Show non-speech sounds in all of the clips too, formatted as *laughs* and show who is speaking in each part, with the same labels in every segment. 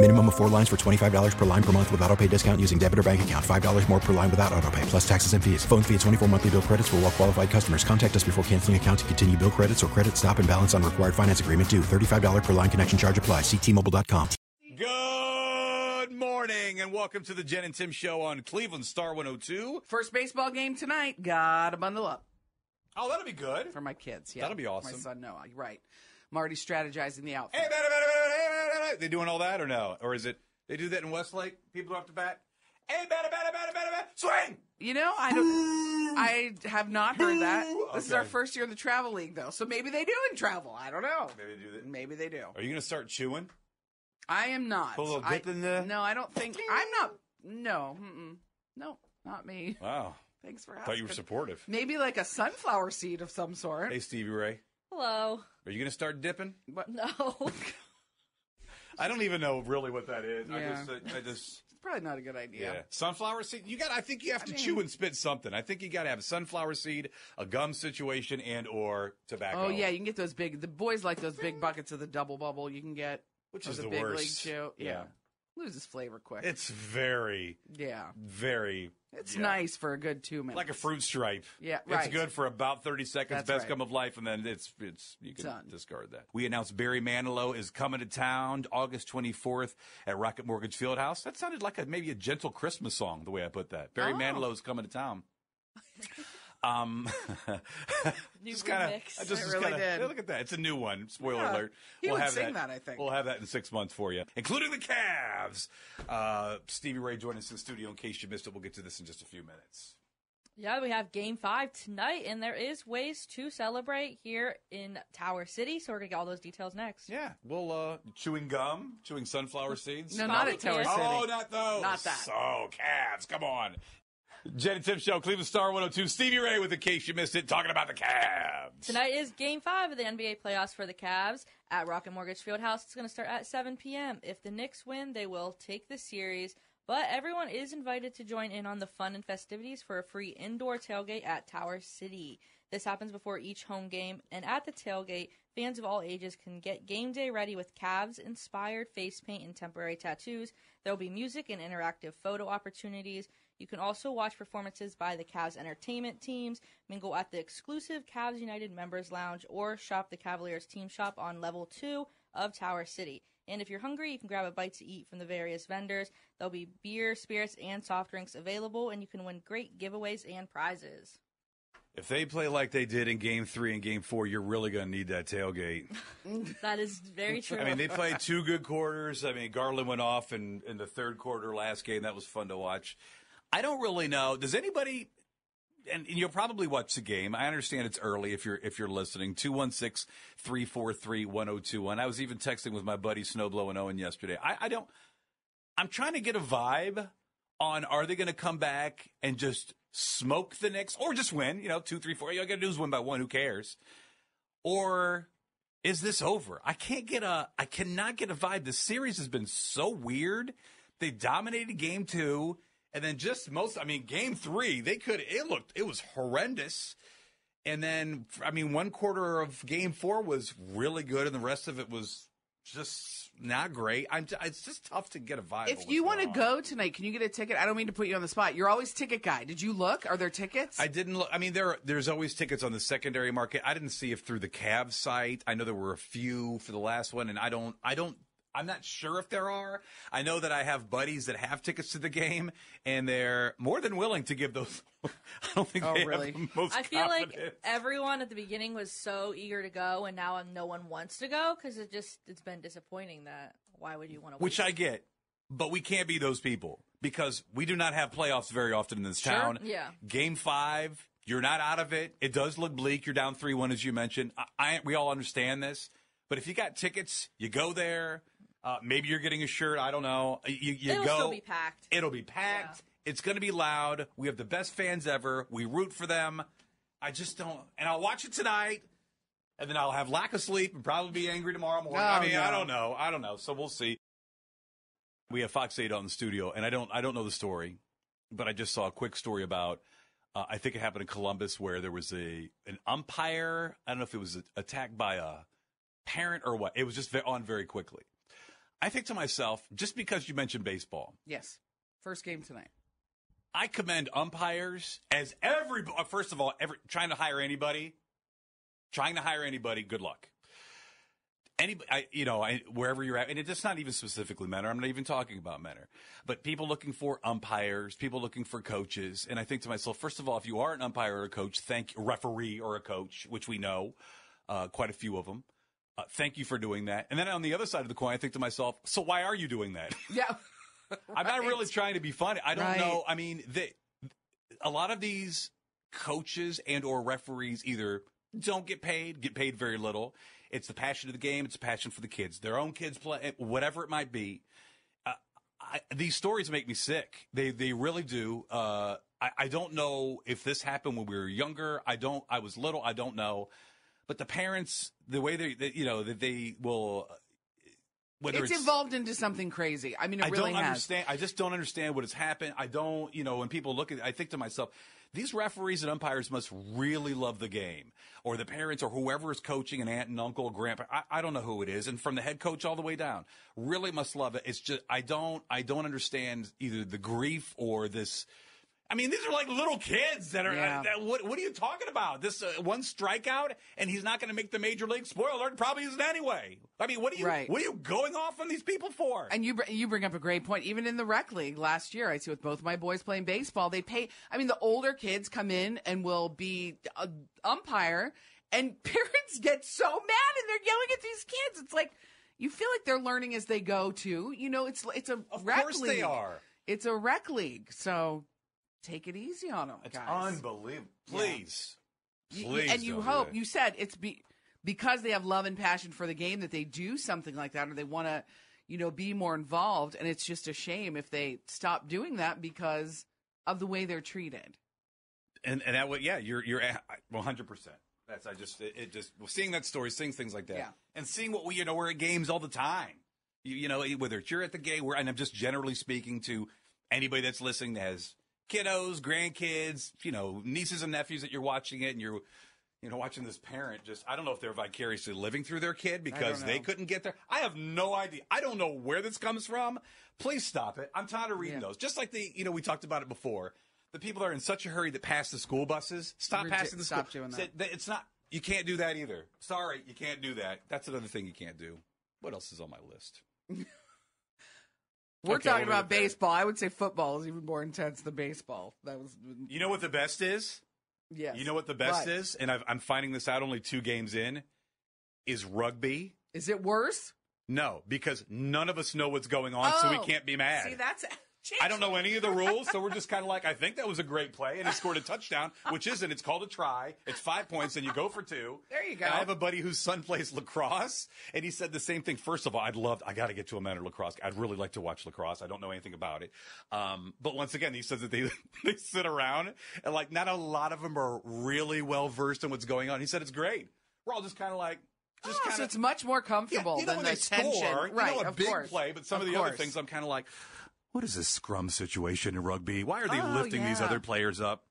Speaker 1: Minimum of four lines for $25 per line per month with auto pay discount using debit or bank account. $5 more per line without auto pay, plus taxes and fees. Phone fee at 24 monthly bill credits for all well qualified customers. Contact us before canceling account to continue bill credits or credit stop and balance on required finance agreement due. $35 per line connection charge apply. Ctmobile.com.
Speaker 2: Good morning and welcome to the Jen and Tim show on Cleveland Star 102.
Speaker 3: First baseball game tonight. Gotta bundle up
Speaker 2: Oh, that'll be good.
Speaker 3: for my kids. Yeah,
Speaker 2: That'll be awesome.
Speaker 3: My son Noah. Right. I'm already strategizing the outfit.
Speaker 2: Hey, bat, bat, bat, bat, bat, bat, bat. They doing all that or no? Or is it they do that in Westlake? People are up to bat. Hey, bat, bat, bat, bat, bat, bat. swing.
Speaker 3: You know, I don't. I have not heard that.
Speaker 2: Boo!
Speaker 3: This is our
Speaker 2: Okay.
Speaker 3: first year in the travel league, though, so maybe they do in travel. I don't know.
Speaker 2: Maybe they do that.
Speaker 3: Maybe they do.
Speaker 2: Are you gonna start chewing?
Speaker 3: I am not.
Speaker 2: Put a little
Speaker 3: I-
Speaker 2: dip in there?
Speaker 3: No, I don't think. I'm not. No, mm-mm. no, not me.
Speaker 2: Wow,
Speaker 3: Thanks for asking.
Speaker 2: thought you were supportive.
Speaker 3: Maybe like a sunflower seed of some sort.
Speaker 2: Hey, Stevie Ray,
Speaker 4: Hello.
Speaker 2: are you gonna start dipping?
Speaker 3: What- *laughs*
Speaker 4: No.
Speaker 2: I don't even know really what that is. I
Speaker 3: Yeah.
Speaker 2: just, I- I just,
Speaker 3: It's probably not a good
Speaker 2: yeah.
Speaker 3: idea.
Speaker 2: Sunflower seed. You got. I think you have to
Speaker 3: mean-
Speaker 2: chew and spit something. I think you got to have a sunflower seed, a gum situation, and or tobacco.
Speaker 3: Oh yeah, you can get those big. The boys like those big buckets of the double bubble. You can get
Speaker 2: which
Speaker 3: of
Speaker 2: is the,
Speaker 3: big
Speaker 2: worst.
Speaker 3: league chew. Yeah.
Speaker 2: Yeah.
Speaker 3: loses flavor quick.
Speaker 2: It's very,
Speaker 3: yeah,
Speaker 2: very.
Speaker 3: it's
Speaker 2: yeah.
Speaker 3: nice for a good two minutes.
Speaker 2: like a fruit stripe.
Speaker 3: Yeah,
Speaker 2: It's
Speaker 3: right.
Speaker 2: good for about 30 seconds,
Speaker 3: That's
Speaker 2: best
Speaker 3: right.
Speaker 2: come of life, and then it's it's you can
Speaker 3: Done.
Speaker 2: discard that. We announced Barry Manilow is coming to town August 24th at Rocket Mortgage Fieldhouse. That sounded like a, maybe a gentle Christmas song, the way I put that. Barry
Speaker 3: Oh.
Speaker 2: Manilow is coming to
Speaker 3: *laughs*
Speaker 2: town. Um, *laughs*
Speaker 4: New
Speaker 2: just kinda-
Speaker 4: remix.
Speaker 2: I just
Speaker 4: It
Speaker 2: was
Speaker 3: really
Speaker 2: kinda-
Speaker 3: did.
Speaker 2: yeah, Look at that! It's a new one. Spoiler
Speaker 3: Yeah.
Speaker 2: alert.
Speaker 3: He would sing that, I think.
Speaker 2: we'll have that in six months for you, including the Cavs. Uh, Stevie Ray joined us in the studio. In case you missed it, we'll get to this in just a few minutes.
Speaker 4: yeah, we have game five tonight, and there is ways to celebrate here in Tower City, so we're going to get all those details next.
Speaker 2: Yeah, well, uh, chewing gum, chewing sunflower seeds.
Speaker 3: no, not at Tower
Speaker 4: Probably
Speaker 3: City.
Speaker 4: can't.
Speaker 2: Oh, not those.
Speaker 3: Not that.
Speaker 2: Oh, Cavs, come on. Jen and Tim Show, Cleveland Star 102. Stevie Ray with In Case You Missed It, talking about the Cavs.
Speaker 4: Tonight is game five of the NBA playoffs for the Cavs at Rocket Mortgage Fieldhouse. It's going to start at 7 p.m. If the Knicks win, they will take the series, but everyone is invited to join in on the fun and festivities for a free indoor tailgate at Tower City. This happens before each home game, and at the tailgate, fans of all ages can get game day ready with Cavs inspired face paint and temporary tattoos. There will be music and interactive photo opportunities. You can also watch performances by the Cavs entertainment teams, mingle at the exclusive Cavs United Members Lounge, or shop the Cavaliers team shop on level 2 of Tower City. And if you're hungry, you can grab a bite to eat from the various vendors. There'll be beer, spirits, and soft drinks available, and you can win great giveaways and prizes.
Speaker 2: If they play like they did in Game 3 and Game 4, you're really going to need that tailgate.
Speaker 4: That is very true.
Speaker 2: I mean, they played two good quarters. I mean, Garland went off in, in the third quarter last game. That was fun to watch. I don't really know. Does anybody? And, and you'll probably watch the game. I understand it's early if you're if you're listening. 216-343-1021. I was even texting with my buddy Snowblow and Owen yesterday. I, I don't. I'm trying to get a vibe on are they going to come back and just smoke the Knicks or just win? You know, two, three, four. You got to do is win by one. Who cares? Or is this over? I can't get a I cannot get a vibe. The series has been so weird. They dominated game 2 and then just most I mean game 3, they could it looked it was horrendous. And then I mean one quarter of game 4 was really good and the rest of it was just not great. I'm t- it's just tough to get a vibe.
Speaker 3: If you want to go tonight, can you get a ticket? I don't mean to put you on the spot. You're always ticket guy. Did you look? Are there tickets?
Speaker 2: I didn't look. I mean, there are- there's always tickets on the secondary market. I didn't see if through the Cavs site. I know there were a few for the last one, and I don't. I don't. I'm not sure if there are. I know that I have buddies that have tickets to the game, and they're more than willing to give those. *laughs* I don't think
Speaker 3: Oh,
Speaker 2: they
Speaker 3: really?
Speaker 2: have the most.
Speaker 4: I feel like
Speaker 2: confidence.
Speaker 4: everyone at the beginning was so eager to go, and now no one wants to go because it just it's been disappointing. That why would you want to?
Speaker 2: which I get, but we can't be those people because we do not have playoffs very often in this town.
Speaker 4: Yeah.
Speaker 2: Game five, you're not out of it. It does look bleak. You're down three one as you mentioned. I, I we all understand this, but if you got tickets, you go there. Uh, maybe you're getting a shirt. I don't know. You, you
Speaker 4: It'll
Speaker 2: go.
Speaker 4: still be packed.
Speaker 2: It'll be packed. It's going to be loud. We have the best fans ever. We root for them. I just don't. And I'll watch it tonight, and then I'll have lack of sleep and probably be angry tomorrow morning. I
Speaker 3: No,
Speaker 2: mean, I
Speaker 3: no.
Speaker 2: don't know. I don't know. So we'll see. We have Fox 8 on the studio, and I don't I don't know the story, but I just saw a quick story about. Uh, I think it happened in Columbus where there was a an umpire. I don't know if it was a, attacked by a parent or what. It was just ve- on very quickly. I think to myself, just because you mentioned baseball,
Speaker 3: Yes. First game tonight.
Speaker 2: I commend umpires as every uh, first of all, every trying to hire anybody, trying to hire anybody. Good luck. Any, I, you know, I, wherever you're at, and it's not even specifically Menor. I'm not even talking about Menor, but people looking for umpires, people looking for coaches, and I think to myself, first of all, if you are an umpire or a coach, thank a referee or a coach, which we know, uh, quite a few of them. Uh, thank you for doing that. And then on the other side of the coin, I think to myself, so why are you doing that?
Speaker 3: Yeah.
Speaker 2: I'm not really trying to be funny. I don't
Speaker 3: Right.
Speaker 2: know. I mean, they, a lot of these coaches and or referees either don't get paid, get paid very little. It's the passion of the game. It's a passion for the kids, their own kids play, whatever it might be. Uh, I, these stories make me sick. They they really do. Uh, I, I don't know if this happened when we were younger. I don't. I was little. I don't know. But the parents, the way they, they you know, that they will. uh, Whether
Speaker 3: It's evolved into something crazy. I mean, it
Speaker 2: I
Speaker 3: really
Speaker 2: don't
Speaker 3: has.
Speaker 2: understand. I just don't understand what has happened. I don't, you know, when people look at, I think to myself, these referees and umpires must really love the game, or the parents, or whoever is coaching, an aunt and uncle, grandpa. I, I don't know who it is, and from the head coach all the way down, really must love it. It's just I don't, I don't understand either the grief or this. I mean, these are like little kids that are.
Speaker 3: Yeah.
Speaker 2: that- what, what are you talking about? This uh, one strikeout, and he's not going to make the major league. Spoiler alert, probably isn't anyway. I mean, what are you?
Speaker 3: Right.
Speaker 2: What are you going off on these people for?
Speaker 3: And you br- you bring up a great point. Even in the rec league last year, I see with both my boys playing baseball, they pay. I mean, the older kids come in and will be a umpire, and *laughs* parents get so mad and they're yelling at these kids. It's like you feel like they're learning as they go too. You know, it's it's a
Speaker 2: Of
Speaker 3: rec
Speaker 2: course
Speaker 3: league.
Speaker 2: they are.
Speaker 3: It's a rec league, so take it easy on them,
Speaker 2: It's
Speaker 3: guys.
Speaker 2: unbelievable. Please.
Speaker 3: You- you-
Speaker 2: Please.
Speaker 3: and you
Speaker 2: don't do
Speaker 3: hope
Speaker 2: that.
Speaker 3: you said it's be, because they have love and passion for the game that they do something like that or they want to you know be more involved and it's just a shame if they stop doing that because of the way they're treated
Speaker 2: And, and that would, yeah, you're, you're at 100%. That's, I just, it, it just, well, seeing that story, seeing things like that,
Speaker 3: Yeah.
Speaker 2: and seeing what we, you know, we're at games all the time. You, you know, whether it's you're at the game, where, and I'm just generally speaking to anybody that's listening that has kiddos, grandkids, you know, nieces and nephews that you're watching it and you're, you know, watching this parent just, I don't know if they're vicariously living through their kid because they
Speaker 3: know.
Speaker 2: couldn't get there. I have no idea. I don't know where this comes from. Please stop it. I'm tired of reading
Speaker 3: Yeah.
Speaker 2: those. Just like the, you know, we talked about it before. The people that are in such a hurry that pass the school buses, stop
Speaker 3: Regi-
Speaker 2: passing the school.
Speaker 3: stop doing that.
Speaker 2: Say- It's not, you can't do that either. Sorry, you can't do that. That's another thing you can't do. What else is on my
Speaker 3: *laughs*
Speaker 2: list?
Speaker 3: we're
Speaker 2: Okay,
Speaker 3: talking
Speaker 2: we'll leave
Speaker 3: about
Speaker 2: it there.
Speaker 3: baseball i would say football is even more intense than baseball that was
Speaker 2: You know what the best is?
Speaker 3: yes
Speaker 2: You know what the best
Speaker 3: But-
Speaker 2: is? And I've, I'm finding this out only two games in is rugby.
Speaker 3: is it worse
Speaker 2: No, because none of us know what's going on, Um, so we
Speaker 3: Oh.
Speaker 2: can't be mad.
Speaker 3: see that's *laughs*
Speaker 2: I don't know any of the rules, so we're just kind of like, I think that was a great play, and he scored a touchdown, which isn't. It's called a try. It's five points, and you go for two.
Speaker 3: There you go.
Speaker 2: And I have a buddy whose son plays lacrosse, and he said the same thing. First of all, I'd love, I got to get to a man of lacrosse. I'd really like to watch lacrosse. I don't know anything about it. Um, but once again, he says that they, *laughs* they sit around, and like, not a lot of them are really well versed in what's going on. He said it's great. We're all just kind of like, just
Speaker 3: Oh,
Speaker 2: kind
Speaker 3: so
Speaker 2: of.
Speaker 3: it's much more comfortable
Speaker 2: Yeah, you know
Speaker 3: than
Speaker 2: when they
Speaker 3: the tension,
Speaker 2: score,
Speaker 3: right?
Speaker 2: You know a
Speaker 3: of
Speaker 2: big
Speaker 3: course.
Speaker 2: play, but some of,
Speaker 3: Of
Speaker 2: the other
Speaker 3: course.
Speaker 2: things I'm kind of like, what is this scrum situation in rugby? Why are they
Speaker 3: Oh,
Speaker 2: lifting these
Speaker 3: yeah.
Speaker 2: other players up?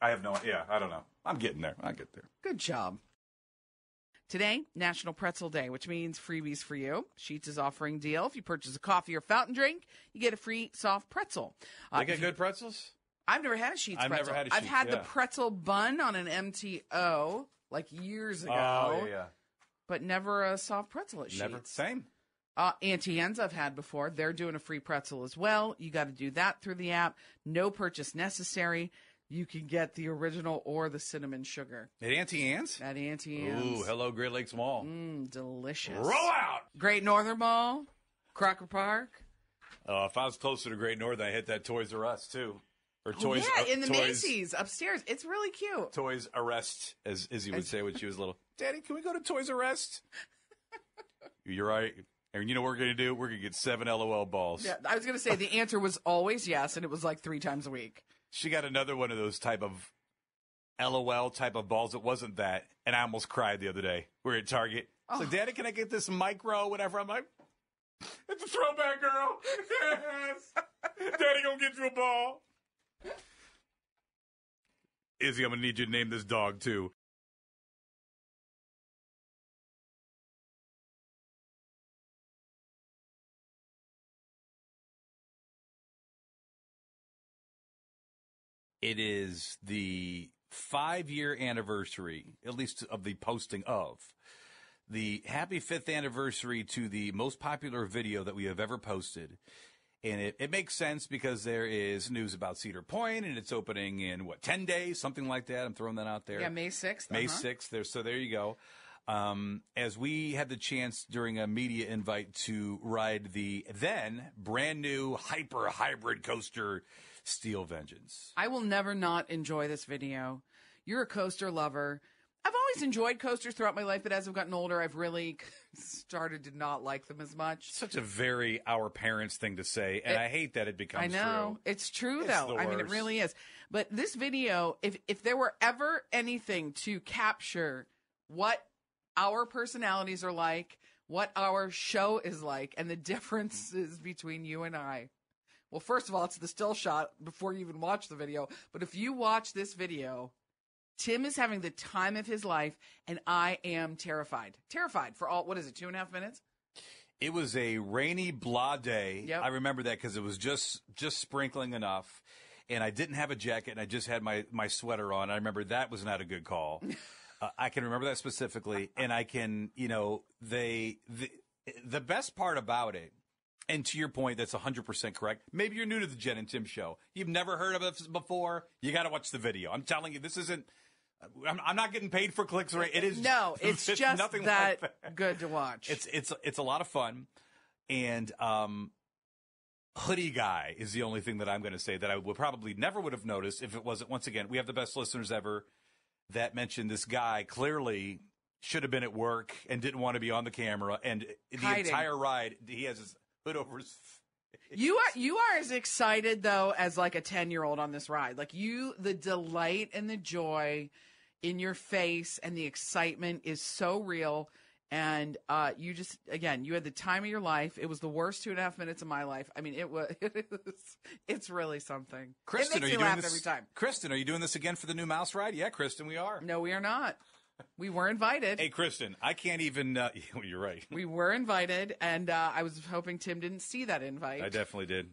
Speaker 2: I have no. Yeah, I don't know. I'm getting there. I get there.
Speaker 3: Good job. Today, National Pretzel Day, which means freebies for you. Sheets is offering deal. If you purchase a coffee or fountain drink, you get a free soft pretzel. Uh,
Speaker 2: I
Speaker 3: if
Speaker 2: get
Speaker 3: you-
Speaker 2: good pretzels.
Speaker 3: I've never had a Sheets
Speaker 2: I've never
Speaker 3: pretzel.
Speaker 2: had a
Speaker 3: I've
Speaker 2: Sheetz,
Speaker 3: had the
Speaker 2: yeah.
Speaker 3: pretzel bun on an MTO like years ago,
Speaker 2: Oh yeah,
Speaker 3: but never a soft pretzel at
Speaker 2: yeah. never
Speaker 3: Sheetz.
Speaker 2: same.
Speaker 3: Uh, Auntie Anne's I've had before. They're doing a free pretzel as well. You got to do that through the app. No purchase necessary. You can get the original or the cinnamon sugar
Speaker 2: At Auntie Anne's?
Speaker 3: at Auntie Anne's.
Speaker 2: Ooh, hello, Great Lakes Mall.
Speaker 3: Mm, delicious.
Speaker 2: Roll out!
Speaker 3: Great Northern Mall, Crocker Park.
Speaker 2: Oh, if I was closer to Great Northern, I hit that Toys R Us too, or
Speaker 3: Oh,
Speaker 2: Toys.
Speaker 3: yeah,
Speaker 2: uh,
Speaker 3: in the
Speaker 2: Toys-
Speaker 3: Macy's upstairs. It's really cute.
Speaker 2: Toys Arrest, as Izzy would say when she was little. *laughs* Daddy, can we go to Toys Arrest? *laughs* You're right. And you know what we're gonna do? We're gonna get seven LOL balls.
Speaker 3: Yeah, I was gonna say the answer was always yes, and it was like three times a week.
Speaker 2: She got another one of those type of LOL type of balls. It wasn't that, and I almost cried the other day. We were at Target. So, Daddy, can I get this micro? Whatever. I'm like, *laughs* it's a throwback, girl. *laughs* Yes. Daddy gonna get you a ball. Izzy, I'm gonna need you to name this dog too. It is the five year anniversary, at least of the posting of the happy fifth anniversary to the most popular video that we have ever posted. And it, it makes sense because there is news about Cedar Point and it's opening in what, 10 days, something like that. I'm throwing that out there.
Speaker 3: Yeah, May sixth. uh-huh.
Speaker 2: May 6th. There, so there you go. Um, as we had the chance during a media invite to ride the then brand new hyper hybrid coaster Steel Vengeance.
Speaker 3: I will never not enjoy this video. You're a coaster lover. I've always enjoyed coasters throughout my life, but as I've gotten older, I've really *laughs* started to not like them as much.
Speaker 2: Such a very our parents thing to say, and I hate that it becomes.
Speaker 3: I know
Speaker 2: True.
Speaker 3: it's true
Speaker 2: It's
Speaker 3: though.
Speaker 2: the
Speaker 3: I mean, it
Speaker 2: worst.
Speaker 3: really is. But this video, if if there were ever anything to capture what our personalities are like, what our show is like, and the *laughs* differences between you and I. Well, first of all, it's the still shot before you even watch the video. But if you watch this video, Tim is having the time of his life, and I am terrified. Terrified for all, what is it, two and a half minutes?
Speaker 2: It was a rainy blah day.
Speaker 3: Yep.
Speaker 2: I remember that because it was just just sprinkling enough, and I didn't have a jacket, and I just had my my sweater on. I remember that was not a good
Speaker 3: *laughs*
Speaker 2: call. uh, I can remember that specifically, and I can you know they the the best part about it. And to your point, that's 100% correct. Maybe you're new to the Jen and Tim show. You've never heard of us before. You got to watch the video. I'm telling you, this isn't, I'm, I'm not getting paid for clicks, right? It is. *laughs*
Speaker 3: No, it's just
Speaker 2: nothing
Speaker 3: that,
Speaker 2: like that.
Speaker 3: good to watch.
Speaker 2: It's it's it's a lot of fun, and um, hoodie guy is the only thing that I'm going to say that I would probably never would have noticed if it wasn't. Once again, we have the best listeners ever that mentioned this guy clearly should have been at work and didn't want to be on the camera, and the
Speaker 3: Hiding.
Speaker 2: entire ride he has his hood over. His
Speaker 3: You are you are as excited though as like a ten year old on this ride. Like you, the delight and the joy in your face and the excitement is so real. And uh, you just again, you had the time of your life. It was the worst two and a half minutes of my life. I mean, it was *laughs* it is, it's really something. it
Speaker 2: Kristen,
Speaker 3: makes
Speaker 2: are you
Speaker 3: me
Speaker 2: doing
Speaker 3: laugh
Speaker 2: this
Speaker 3: every time.
Speaker 2: Kristen, are you doing this again for the new mouse ride? Yeah, Kristen, we
Speaker 3: *laughs*
Speaker 2: are.
Speaker 3: No, we are not. We were invited.
Speaker 2: Hey, Kristen, I can't even. Uh, *laughs* you're right.
Speaker 3: We were invited, and uh, I was hoping Tim didn't see that invite.
Speaker 2: I definitely did.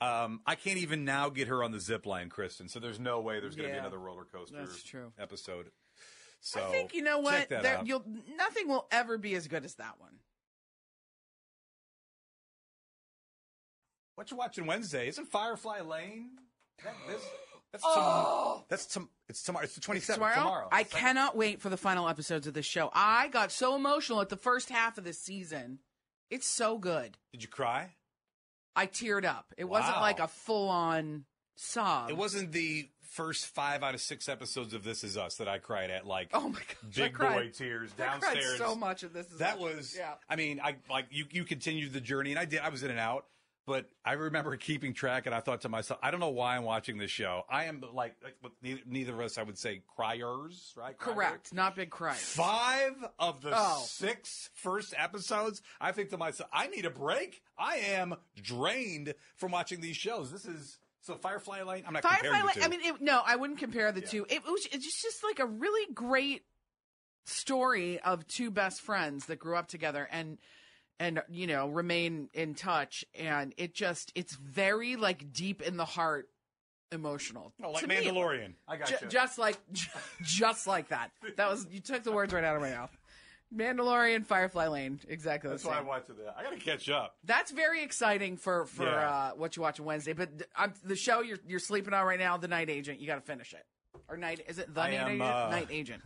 Speaker 2: Um, I can't even now get her on the zip line, Kristen. So there's no way there's going to
Speaker 3: Yeah.
Speaker 2: be another roller coaster
Speaker 3: That's true.
Speaker 2: episode. So
Speaker 3: I think you know
Speaker 2: check
Speaker 3: what.
Speaker 2: that
Speaker 3: There,
Speaker 2: out.
Speaker 3: you'll nothing will ever be as good as that one.
Speaker 2: What you watching Wednesday? Isn't Firefly Lane? That, this,
Speaker 3: *gasps*
Speaker 2: that's tom- that's tom- it's tomorrow. It's the 27th.
Speaker 3: Oh! tomorrow.
Speaker 2: Tomorrow.
Speaker 3: I
Speaker 2: It's like-
Speaker 3: cannot wait for the final episodes of this show. I got so emotional at the first half of this season. It's so good.
Speaker 2: Did you cry?
Speaker 3: I teared up. It wasn't
Speaker 2: Wow.
Speaker 3: like a full on sob.
Speaker 2: It wasn't the first five out of six episodes of This Is Us that I cried at. Like,
Speaker 3: *laughs* Oh my gosh, I
Speaker 2: big boy
Speaker 3: cried.
Speaker 2: tears
Speaker 3: I
Speaker 2: downstairs.
Speaker 3: cried so much at this. Is
Speaker 2: That
Speaker 3: Us.
Speaker 2: was.
Speaker 3: yeah.
Speaker 2: I mean, I like you. You continued the journey, and I did. I was in and out, but I remember keeping track, and I thought to myself, I don't know why I'm watching this show. I am like, like what neither, neither of us, I would say, criers, right? Criers.
Speaker 3: Correct. Not big cry.
Speaker 2: Five of the
Speaker 3: Oh.
Speaker 2: six first episodes, I think to myself, I need a break. I am drained from watching these shows. This is so Firefly Lane. I'm not
Speaker 3: Firefly.
Speaker 2: comparing the
Speaker 3: Lane-
Speaker 2: two.
Speaker 3: I mean, it, no, I wouldn't compare the two. It was. It's just- just like a really great story of two best friends that grew up together and and you know remain in touch. And it just it's very like deep in the heart, emotional.
Speaker 2: Oh, like
Speaker 3: To me,
Speaker 2: Mandalorian. I got
Speaker 3: ju- just like just like that. That was you took the words right out of my mouth. Mandalorian, Firefly Lane. Exactly.
Speaker 2: That's
Speaker 3: the
Speaker 2: why I
Speaker 3: same.
Speaker 2: watched it. I gotta catch up.
Speaker 3: That's very exciting for for
Speaker 2: Yeah.
Speaker 3: uh, what you watch on Wednesday. But th- I'm, the show you're you're sleeping on right now, The Night Agent. You got to finish it. Or night is it the
Speaker 2: I
Speaker 3: night,
Speaker 2: am,
Speaker 3: agent?
Speaker 2: uh,
Speaker 3: night
Speaker 2: *laughs*
Speaker 3: agent?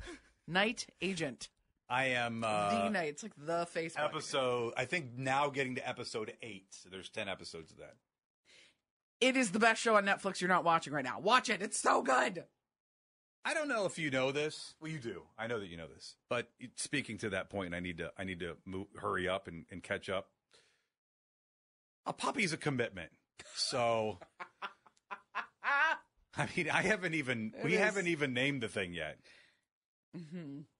Speaker 3: Night agent.
Speaker 2: I am
Speaker 3: the
Speaker 2: uh,
Speaker 3: night. It's like the face. one.
Speaker 2: episode. I think now getting to episode eight. There's ten episodes of that.
Speaker 3: It is the best show on Netflix. You're not watching right now. Watch it. It's so good.
Speaker 2: I don't know if you know this. Well, you do. I know that you know this. But speaking to that point, I need to I need to move, hurry up and, and catch up. A puppy's a commitment. So, *laughs*
Speaker 3: Ah,
Speaker 2: I mean, I haven't even we
Speaker 3: It is.
Speaker 2: haven't even named the thing yet.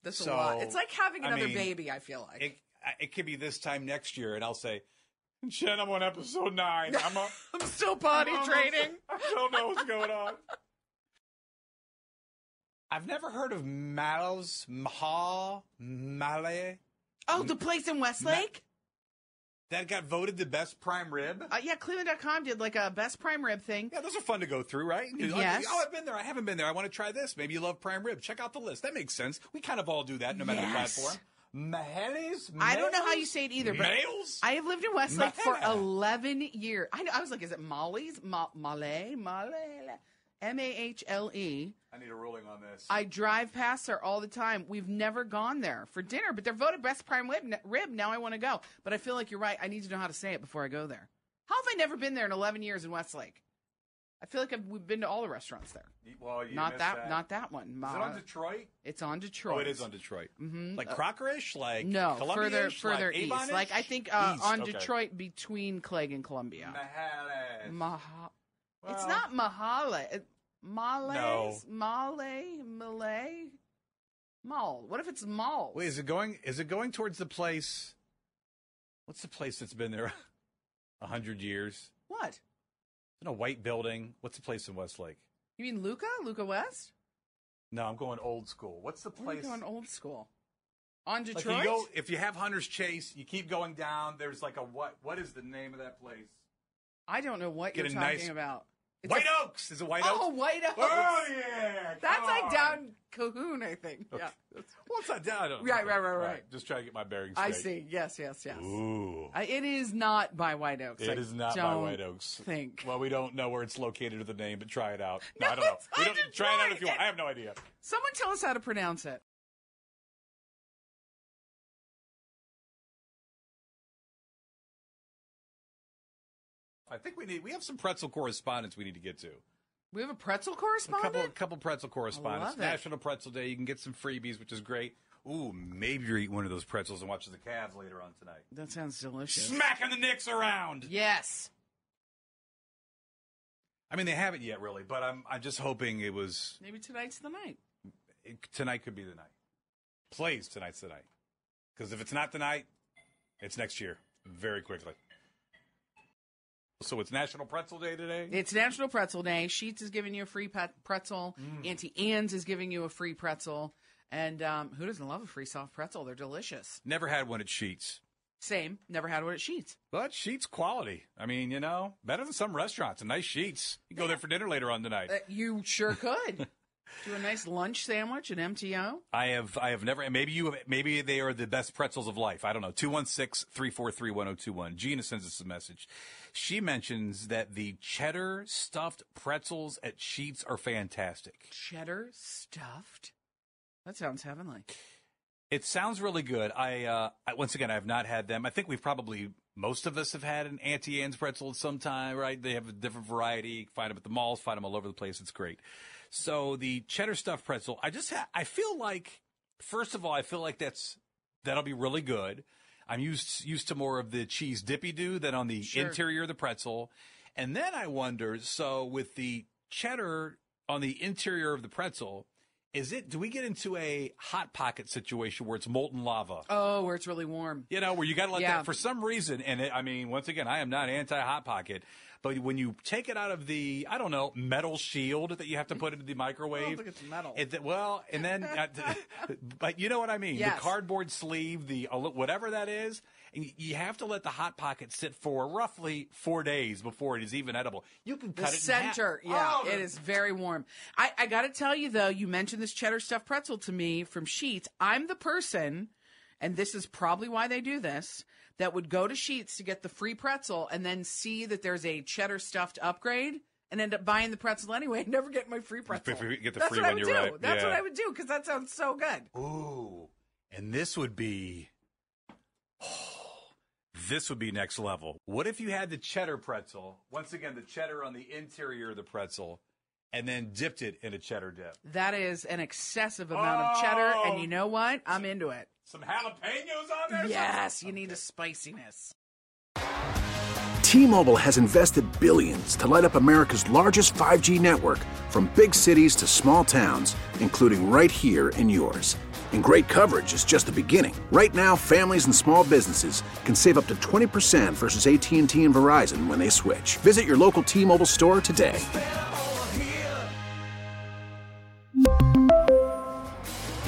Speaker 3: That's
Speaker 2: So,
Speaker 3: a lot. It's like having
Speaker 2: I
Speaker 3: another
Speaker 2: mean,
Speaker 3: baby. I feel like.
Speaker 2: It I- it could be this time next year, and I'll say, Jen, I'm on episode nine. I'm a
Speaker 3: *laughs* I'm
Speaker 2: *laughs*
Speaker 3: still potty training.
Speaker 2: I don't know what's going on. I've never heard of Mal's Mahal Malay.
Speaker 3: Oh, the place in Westlake.
Speaker 2: That got voted the best prime rib.
Speaker 3: Uh, yeah, Cleveland.com did like a best prime rib thing.
Speaker 2: Yeah, those are fun to go through, right? You're like,
Speaker 3: Yes.
Speaker 2: oh, I've been there. I haven't been there. I want to try this. Maybe you love prime rib. Check out the list. That makes sense. We kind of all do that, no matter the
Speaker 3: Yes.
Speaker 2: platform. Mahales.
Speaker 3: I don't know how you say it either, but
Speaker 2: Males.
Speaker 3: I have lived in Westlake for
Speaker 2: Man.
Speaker 3: 11 years. I, know, I was like, is it Molly's? Ma- Malay? Malay? M A H L E.
Speaker 2: I need a ruling on this.
Speaker 3: I drive past there all the time. We've never gone there for dinner, but they're voted best prime rib. rib. Now I want to go. But I feel like you're right. I need to know how to say it before I go there. How have I never been there in 11 years in Westlake? I feel like I've, we've been to all the restaurants there.
Speaker 2: well, you
Speaker 3: not
Speaker 2: missed
Speaker 3: that, not that one. Ma-
Speaker 2: Is it on Detroit?
Speaker 3: It's on Detroit.
Speaker 2: Oh, it is on Detroit. Mm-hmm. Like Crockerish, like
Speaker 3: Uh, No, further
Speaker 2: Columbia-ish?
Speaker 3: further
Speaker 2: like
Speaker 3: east.
Speaker 2: Avon-ish?
Speaker 3: Like I think uh,
Speaker 2: East,
Speaker 3: on
Speaker 2: okay.
Speaker 3: Detroit between Clegg and Columbia.
Speaker 2: Mahales.
Speaker 3: Maha. it's
Speaker 2: Well-
Speaker 3: not Mahala. It, Malays,
Speaker 2: No.
Speaker 3: Malay, Malay, Mall. What if it's Mall?
Speaker 2: Wait, is it going? Is it going towards the place? What's the place that's been there *laughs* a hundred years?
Speaker 3: What?
Speaker 2: In a white building. What's the place in Westlake?
Speaker 3: You mean Luca? Luca West?
Speaker 2: No, I'm going old school. What's the
Speaker 3: We're
Speaker 2: place?
Speaker 3: going old school. On
Speaker 2: Like,
Speaker 3: Detroit?
Speaker 2: you go, if you have Hunter's Chase, you keep going down. There's like a what? What is the name of that place?
Speaker 3: I don't know what
Speaker 2: Get
Speaker 3: you're
Speaker 2: a
Speaker 3: talking
Speaker 2: nice-
Speaker 3: about. It's
Speaker 2: White
Speaker 3: a-
Speaker 2: Oaks. Is it White
Speaker 3: Oh,
Speaker 2: Oaks?
Speaker 3: White Oaks.
Speaker 2: Oh yeah.
Speaker 3: That's
Speaker 2: come
Speaker 3: like
Speaker 2: on.
Speaker 3: down Cahoon, I think.
Speaker 2: Okay.
Speaker 3: Yeah.
Speaker 2: Well, it's not down. I don't-
Speaker 3: Right, right, right,
Speaker 2: All
Speaker 3: right.
Speaker 2: Just trying to get my bearings.
Speaker 3: I
Speaker 2: straight.
Speaker 3: see. Yes, yes, yes.
Speaker 2: Ooh.
Speaker 3: Uh, it is not by White Oaks.
Speaker 2: It is
Speaker 3: I
Speaker 2: not by
Speaker 3: don't
Speaker 2: White Oaks.
Speaker 3: Think.
Speaker 2: Well, we don't know where it's located or the name, but try it
Speaker 3: *laughs*
Speaker 2: out. No,
Speaker 3: No,
Speaker 2: I don't know.
Speaker 3: it's
Speaker 2: We
Speaker 3: not
Speaker 2: don't, try it out if
Speaker 3: Detroit.
Speaker 2: you want. I have no idea.
Speaker 3: Someone tell us how to pronounce it.
Speaker 2: I think we need. We have some pretzel correspondence we need to get to.
Speaker 3: We have a pretzel
Speaker 2: A couple, a
Speaker 3: correspondent.
Speaker 2: couple pretzel correspondence.
Speaker 3: love it.
Speaker 2: National Pretzel Day. You can get some freebies, which is great. Ooh, maybe you're eating one of those pretzels and watching the Cavs later on tonight.
Speaker 3: That sounds delicious.
Speaker 2: Smacking the Knicks around.
Speaker 3: Yes.
Speaker 2: I mean, they haven't yet, really, but I'm I'm just hoping it was
Speaker 3: Maybe tonight's the night.
Speaker 2: it, tonight. Could be the night. Please, tonight's the night. Because if it's not tonight, it's next year, very quickly. So it's National Pretzel Day today.
Speaker 3: It's National Pretzel Day. Sheets is giving you a free pet pretzel.
Speaker 2: Mm.
Speaker 3: Auntie Anne's is giving you a free pretzel. And um, who doesn't love a free soft pretzel? They're delicious.
Speaker 2: Never had one at Sheets,
Speaker 3: Same. Never had one at Sheets.
Speaker 2: but Sheets quality. I mean, you know, better than some restaurants. A nice Sheets. You go there for dinner later on tonight.
Speaker 3: Uh, you
Speaker 2: *laughs*
Speaker 3: sure could. Do a nice lunch sandwich, an MTO.
Speaker 2: I have I have never. Maybe you. Maybe they are the best pretzels of life. I don't know. 216-343-1021. Gina sends us a message. She mentions that the cheddar stuffed pretzels at Sheets are fantastic.
Speaker 3: Cheddar stuffed. That sounds heavenly.
Speaker 2: It sounds really good. I, uh, I once again, I've not had them. I think we've probably most of us have had an Auntie Anne's pretzel at some time, right? They have a different variety. You can find them at the malls, find them all over the place. It's great. So the cheddar stuffed pretzel, I just ha- I feel like first of all, I feel like that's that'll be really good. I'm used used to more of the cheese dippy do than on the
Speaker 3: Sure.
Speaker 2: interior of the pretzel. And then I wonder, so with the cheddar on the interior of the pretzel, is it do we get into a hot pocket situation where it's molten lava?
Speaker 3: Oh, where it's really warm.
Speaker 2: You know, where you got to let
Speaker 3: Yeah.
Speaker 2: that for some reason. And it, I mean, once again, I am not anti hot pocket, but when you take it out of the, I don't know, metal shield that you have to put into the
Speaker 3: *laughs*
Speaker 2: microwave.
Speaker 3: think Oh, it's metal.
Speaker 2: it- well, and then, uh, *laughs* but you know what I mean?
Speaker 3: Yes.
Speaker 2: The cardboard sleeve, the alu- whatever that is. And y- you have to let the hot pocket sit for roughly four days before it is even edible. You can
Speaker 3: The
Speaker 2: cut it in half.
Speaker 3: center, yeah,
Speaker 2: Oh,
Speaker 3: it is very warm. I, I got to tell you though, you mentioned this cheddar stuffed pretzel to me from Sheets. I'm the person, and this is probably why they do this, that would go to Sheets to get the free pretzel and then see that there's a cheddar stuffed upgrade and end up buying the pretzel anyway and never get my free pretzel.
Speaker 2: free- get the
Speaker 3: that's
Speaker 2: free
Speaker 3: what I
Speaker 2: one,
Speaker 3: would
Speaker 2: you're
Speaker 3: do.
Speaker 2: right.
Speaker 3: That's what
Speaker 2: Yeah.
Speaker 3: I would do because that sounds so good.
Speaker 2: Ooh, and this would be. *sighs* This would be next level. What if you had the cheddar pretzel? Once again, the cheddar on the interior of the pretzel, and then dipped it in a cheddar dip.
Speaker 3: That is an excessive amount of cheddar,
Speaker 2: Oh.
Speaker 3: and you know what? I'm into it.
Speaker 2: Some jalapenos on there.
Speaker 3: Yes, you need a spiciness.
Speaker 5: T-Mobile has invested billions to light up America's largest 5G network from big cities to small towns, including right here in yours. And great coverage is just the beginning. Right now, families and small businesses can save up to 20% versus AT&T and Verizon when they switch. Visit your local T-Mobile store today.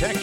Speaker 6: Protect